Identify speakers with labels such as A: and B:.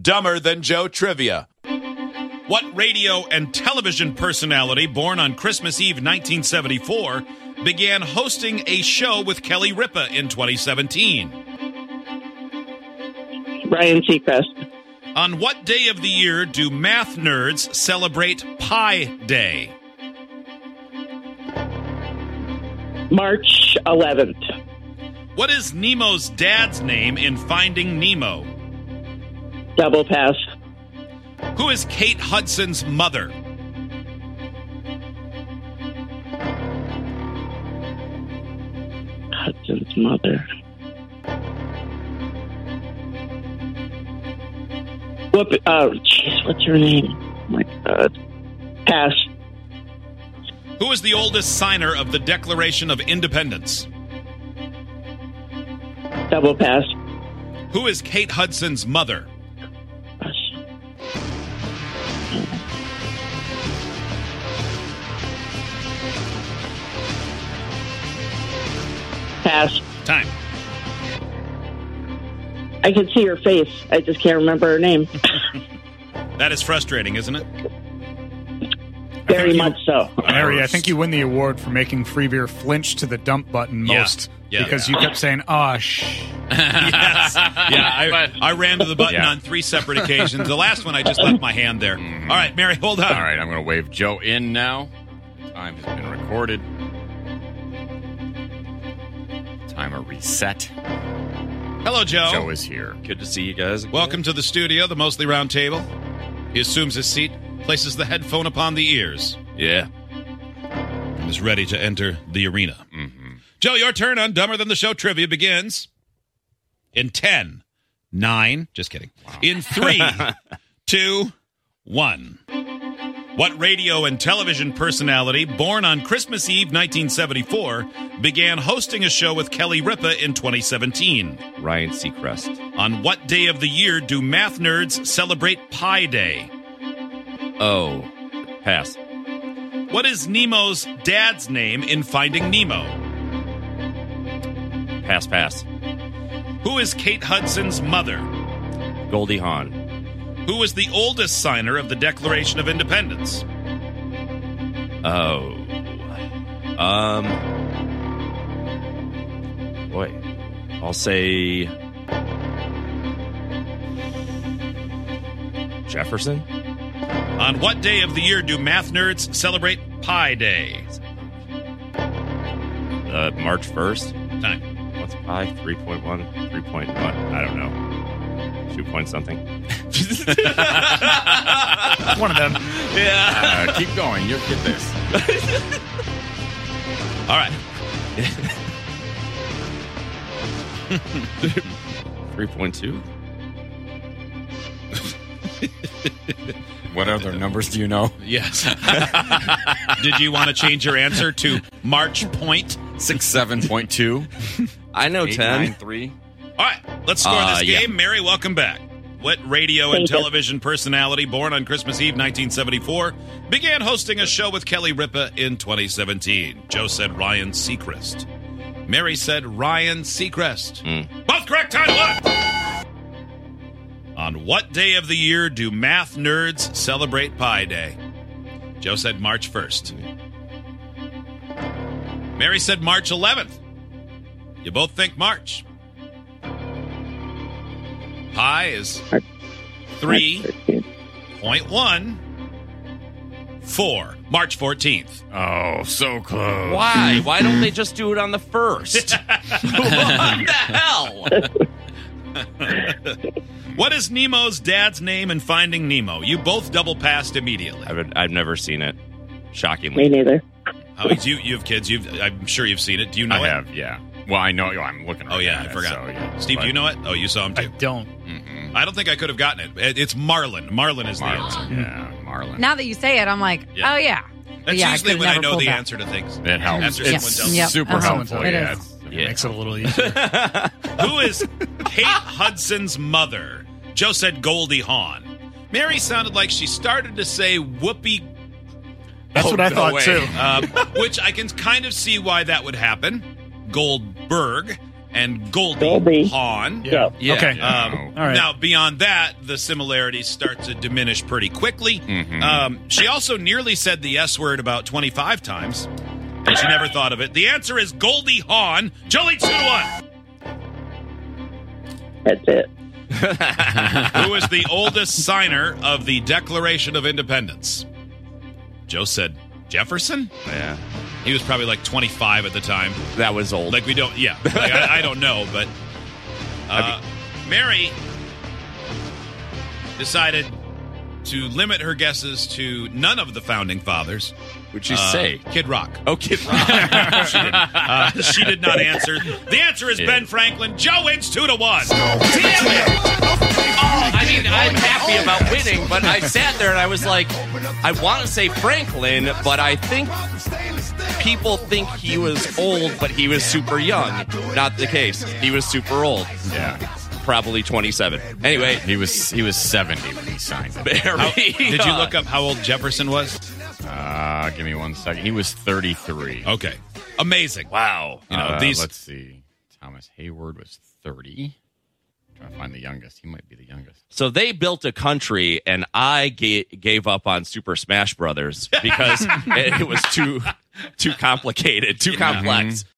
A: Dumber Than Joe Trivia.
B: What radio and television personality, born on Christmas Eve 1974, began hosting a show with Kelly Ripa in 2017?
C: Ryan Seacrest.
B: On what day of the year do math nerds celebrate Pi Day?
C: March 11th.
B: What is Nemo's dad's name in Finding Nemo?
C: Double pass.
B: Who is Kate Hudson's mother?
C: Hudson's mother. Whoop. Oh, jeez. What's her name? Oh, my God. Pass.
B: Who is the oldest signer of the Declaration of Independence?
C: Double pass.
B: Who is Kate Hudson's mother?
C: Pass. Pass.
B: Time.
C: I can see her face. I just can't remember her name.
B: That is frustrating, isn't it?
C: Very much so.
D: Larry, I think you win the award for making free beer flinch to the dump button
B: Yeah.
D: most
B: Yeah.
D: because you kept saying, "Ah, shh."
B: Yes. Yeah, I,
E: But-
B: I ran to the button
E: Yeah. Mm-hmm.
B: on three separate occasions. The last one, I just left my hand there. All right, Mary, hold on.
E: All right, I'm going to wave Joe in now. Time has been recorded. Timer reset.
B: Hello, Joe.
E: Joe is here.
A: Oh. Good to see you guys. again.
B: Welcome to the studio, the mostly round table. He assumes his seat, places the headphone upon the ears,
A: Yeah.
B: and is ready to enter the arena.
E: hmm
B: Joe, your turn on Dumber Than the Show trivia begins in 10, 9, just kidding. In 3, 2, 1. What radio and television personality, born on Christmas Eve 1974, began hosting a show with Kelly Ripa in 2017?
A: Ryan Seacrest.
B: On what day of the year do math nerds celebrate Pi Day?
A: Oh, pass.
B: What is Nemo's dad's name in Finding Nemo?
A: Pass, pass.
B: Who is Kate Hudson's mother?
A: Goldie Hawn.
B: Who was the oldest signer of the Declaration of Independence?
A: Oh. Um. Boy. I'll say. Jefferson?
B: On what day of the year do math nerds celebrate Pi Day?
A: Uh, March 1st?
B: Time.
A: What's pi? 3.1? 3.1? I don't know. Two point something.
D: One of them.
E: Uh, keep going. You'll get this.
B: All right.
A: 3.2?
E: What other numbers do you know?
B: Yes. Did you want to change your answer to March Point?
E: Six seven point two.
A: I know
E: Eight,
A: 10.
E: nine, three.
B: All right. Let's score
A: Uh,
B: this
A: yeah.
B: game. Mary, welcome back. What radio and
C: Thank you.
B: television personality born on Christmas Eve 1974 began hosting a show with Kelly Ripa in 2017? Joe said Ryan Seacrest. Mary said Ryan Seacrest.
A: Hmm.
B: Both correct. Time one. On what day of the year do math nerds celebrate Pi Day? Joe said March 1st. Mary said March 11th. You both think March. Pi is 3.1. 4. March 14th.
E: Oh, so close.
A: Why? Why don't they just do it on the first? what the hell?
B: What is Nemo's dad's name in Finding Nemo? You both double passed immediately.
A: I've, I've never seen it.
C: Me
A: Shockingly.
C: neither.
B: How you you have kids? You've I'm sure you've seen it. Do you know
E: I
B: it?
E: have, yeah. Well, I know. I'm looking.
B: Oh
E: right
B: yeah,
E: at
B: I
E: it,
B: forgot.
E: so, yeah.
B: Steve,
E: But-
B: do you know it? Oh, you saw him
D: I
B: too.
D: don't.
E: Mm-mm.
B: I don't think I could have gotten it. It- It's Marlin. Marlin is the answer.
E: Marlin. Yeah,
A: Mm-hmm.
E: Marlin.
F: Now that you say it, I'm like,
B: Yeah.
F: oh yeah.
B: That's
F: But yeah,
B: usually
F: could've
B: when I
F: never
B: know
F: pulled
B: the
F: that.
B: answer to things.
E: It helps.
B: After
E: It's
B: someone tells
F: Yep.
E: super
F: Uh-huh.
E: helpful.
F: It
E: yeah,
F: is.
E: it's-
A: Yeah.
D: Makes it a little easier.
B: Who is Kate Hudson's mother? Joe said Goldie Hawn. Mary sounded like she started to say Whoopi,
D: That's
E: Oh,
D: what I
E: no
D: thought
B: uh,
E: way.
D: too.
B: um, which I can kind of see why that would happen. Goldberg. and Goldie,
C: Goldie.
B: Hawn.
C: Yeah.
E: Yeah.
D: Okay.
E: Yeah.
B: Um,
D: All right.
B: Now, beyond that, the similarities start to diminish pretty quickly.
E: Mhm.
B: Um, she also nearly said the S word about 25 times, but she never thought of it. The answer is Goldie Hawn. Jolie 2 1,
C: That's it.
B: who is the oldest signer of the Declaration of Independence. Joe said, Jefferson?
E: Yeah.
B: He was probably like 25 at the time.
E: That was old.
B: Like we don't, yeah. Like, I, I don't know, but uh, Mary decided to limit her guesses to none of the founding fathers.
E: would you
B: Uh,
E: say?
B: Kid Rock?
E: Oh, Kid Rock.
B: she, did. Uh, she did not answer. The answer is Ben Franklin. Joe wins two to one.
A: I mean,
E: Oh,
A: I'm happy about winning, but I sat there and I was like, I want to say Franklin, but I think people think he was old, but he was super young. Not the case. He was super old.
E: Yeah.
A: Probably 27. Anyway,
E: he was he was 70 when he signed. it.
A: very
B: How- did you look up how old Jefferson was?
E: Uh, give me one second. He was 33.
B: Okay, amazing.
E: Wow.
B: You know,
E: Uh,
B: these-
E: Let's see. Thomas Hayward was 30. trying to find the youngest. He might be the youngest.
A: So they built a country, and I ga- gave up on Super Smash Brothers because it, it was too too complicated, too complex.